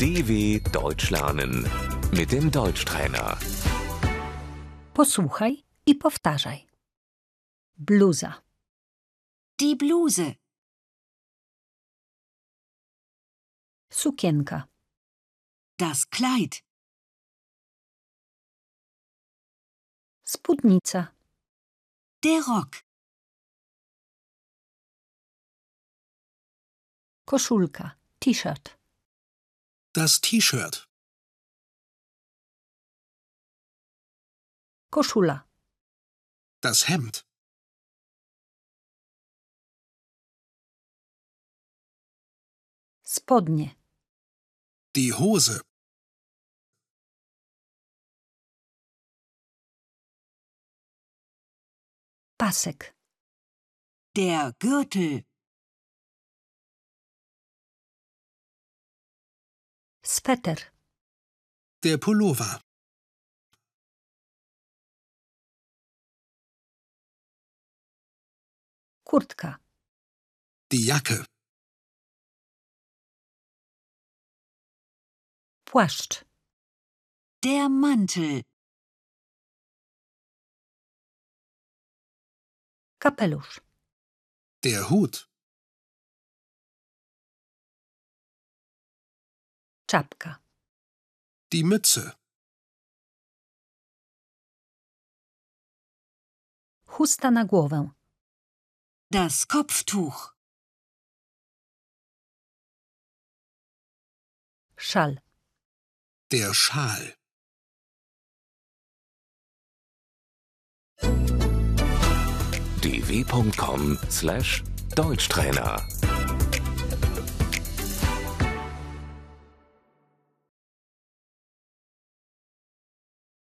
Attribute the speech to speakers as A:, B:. A: DW Deutsch lernen mit dem Deutschtrainer.
B: Posłuchaj i powtarzaj. Bluza,
C: Die Bluse,
B: sukienka,
C: das Kleid,
B: spódnica,
C: der Rock,
B: koszulka, t-shirt,
D: Das T-Shirt,
B: koszula,
D: das Hemd,
B: spodnie,
D: die Hose,
B: pasek,
C: der Gürtel,
B: sweter,
D: der Pullover,
B: kurtka,
D: die Jacke,
B: płaszcz,
C: der Mantel,
B: kapelusz,
D: der Hut,
B: czapka,
D: die Mütze,
B: chusta na głowę,
C: das Kopftuch,
B: szal,
D: der Schal.
A: dw.com/deutschtrainer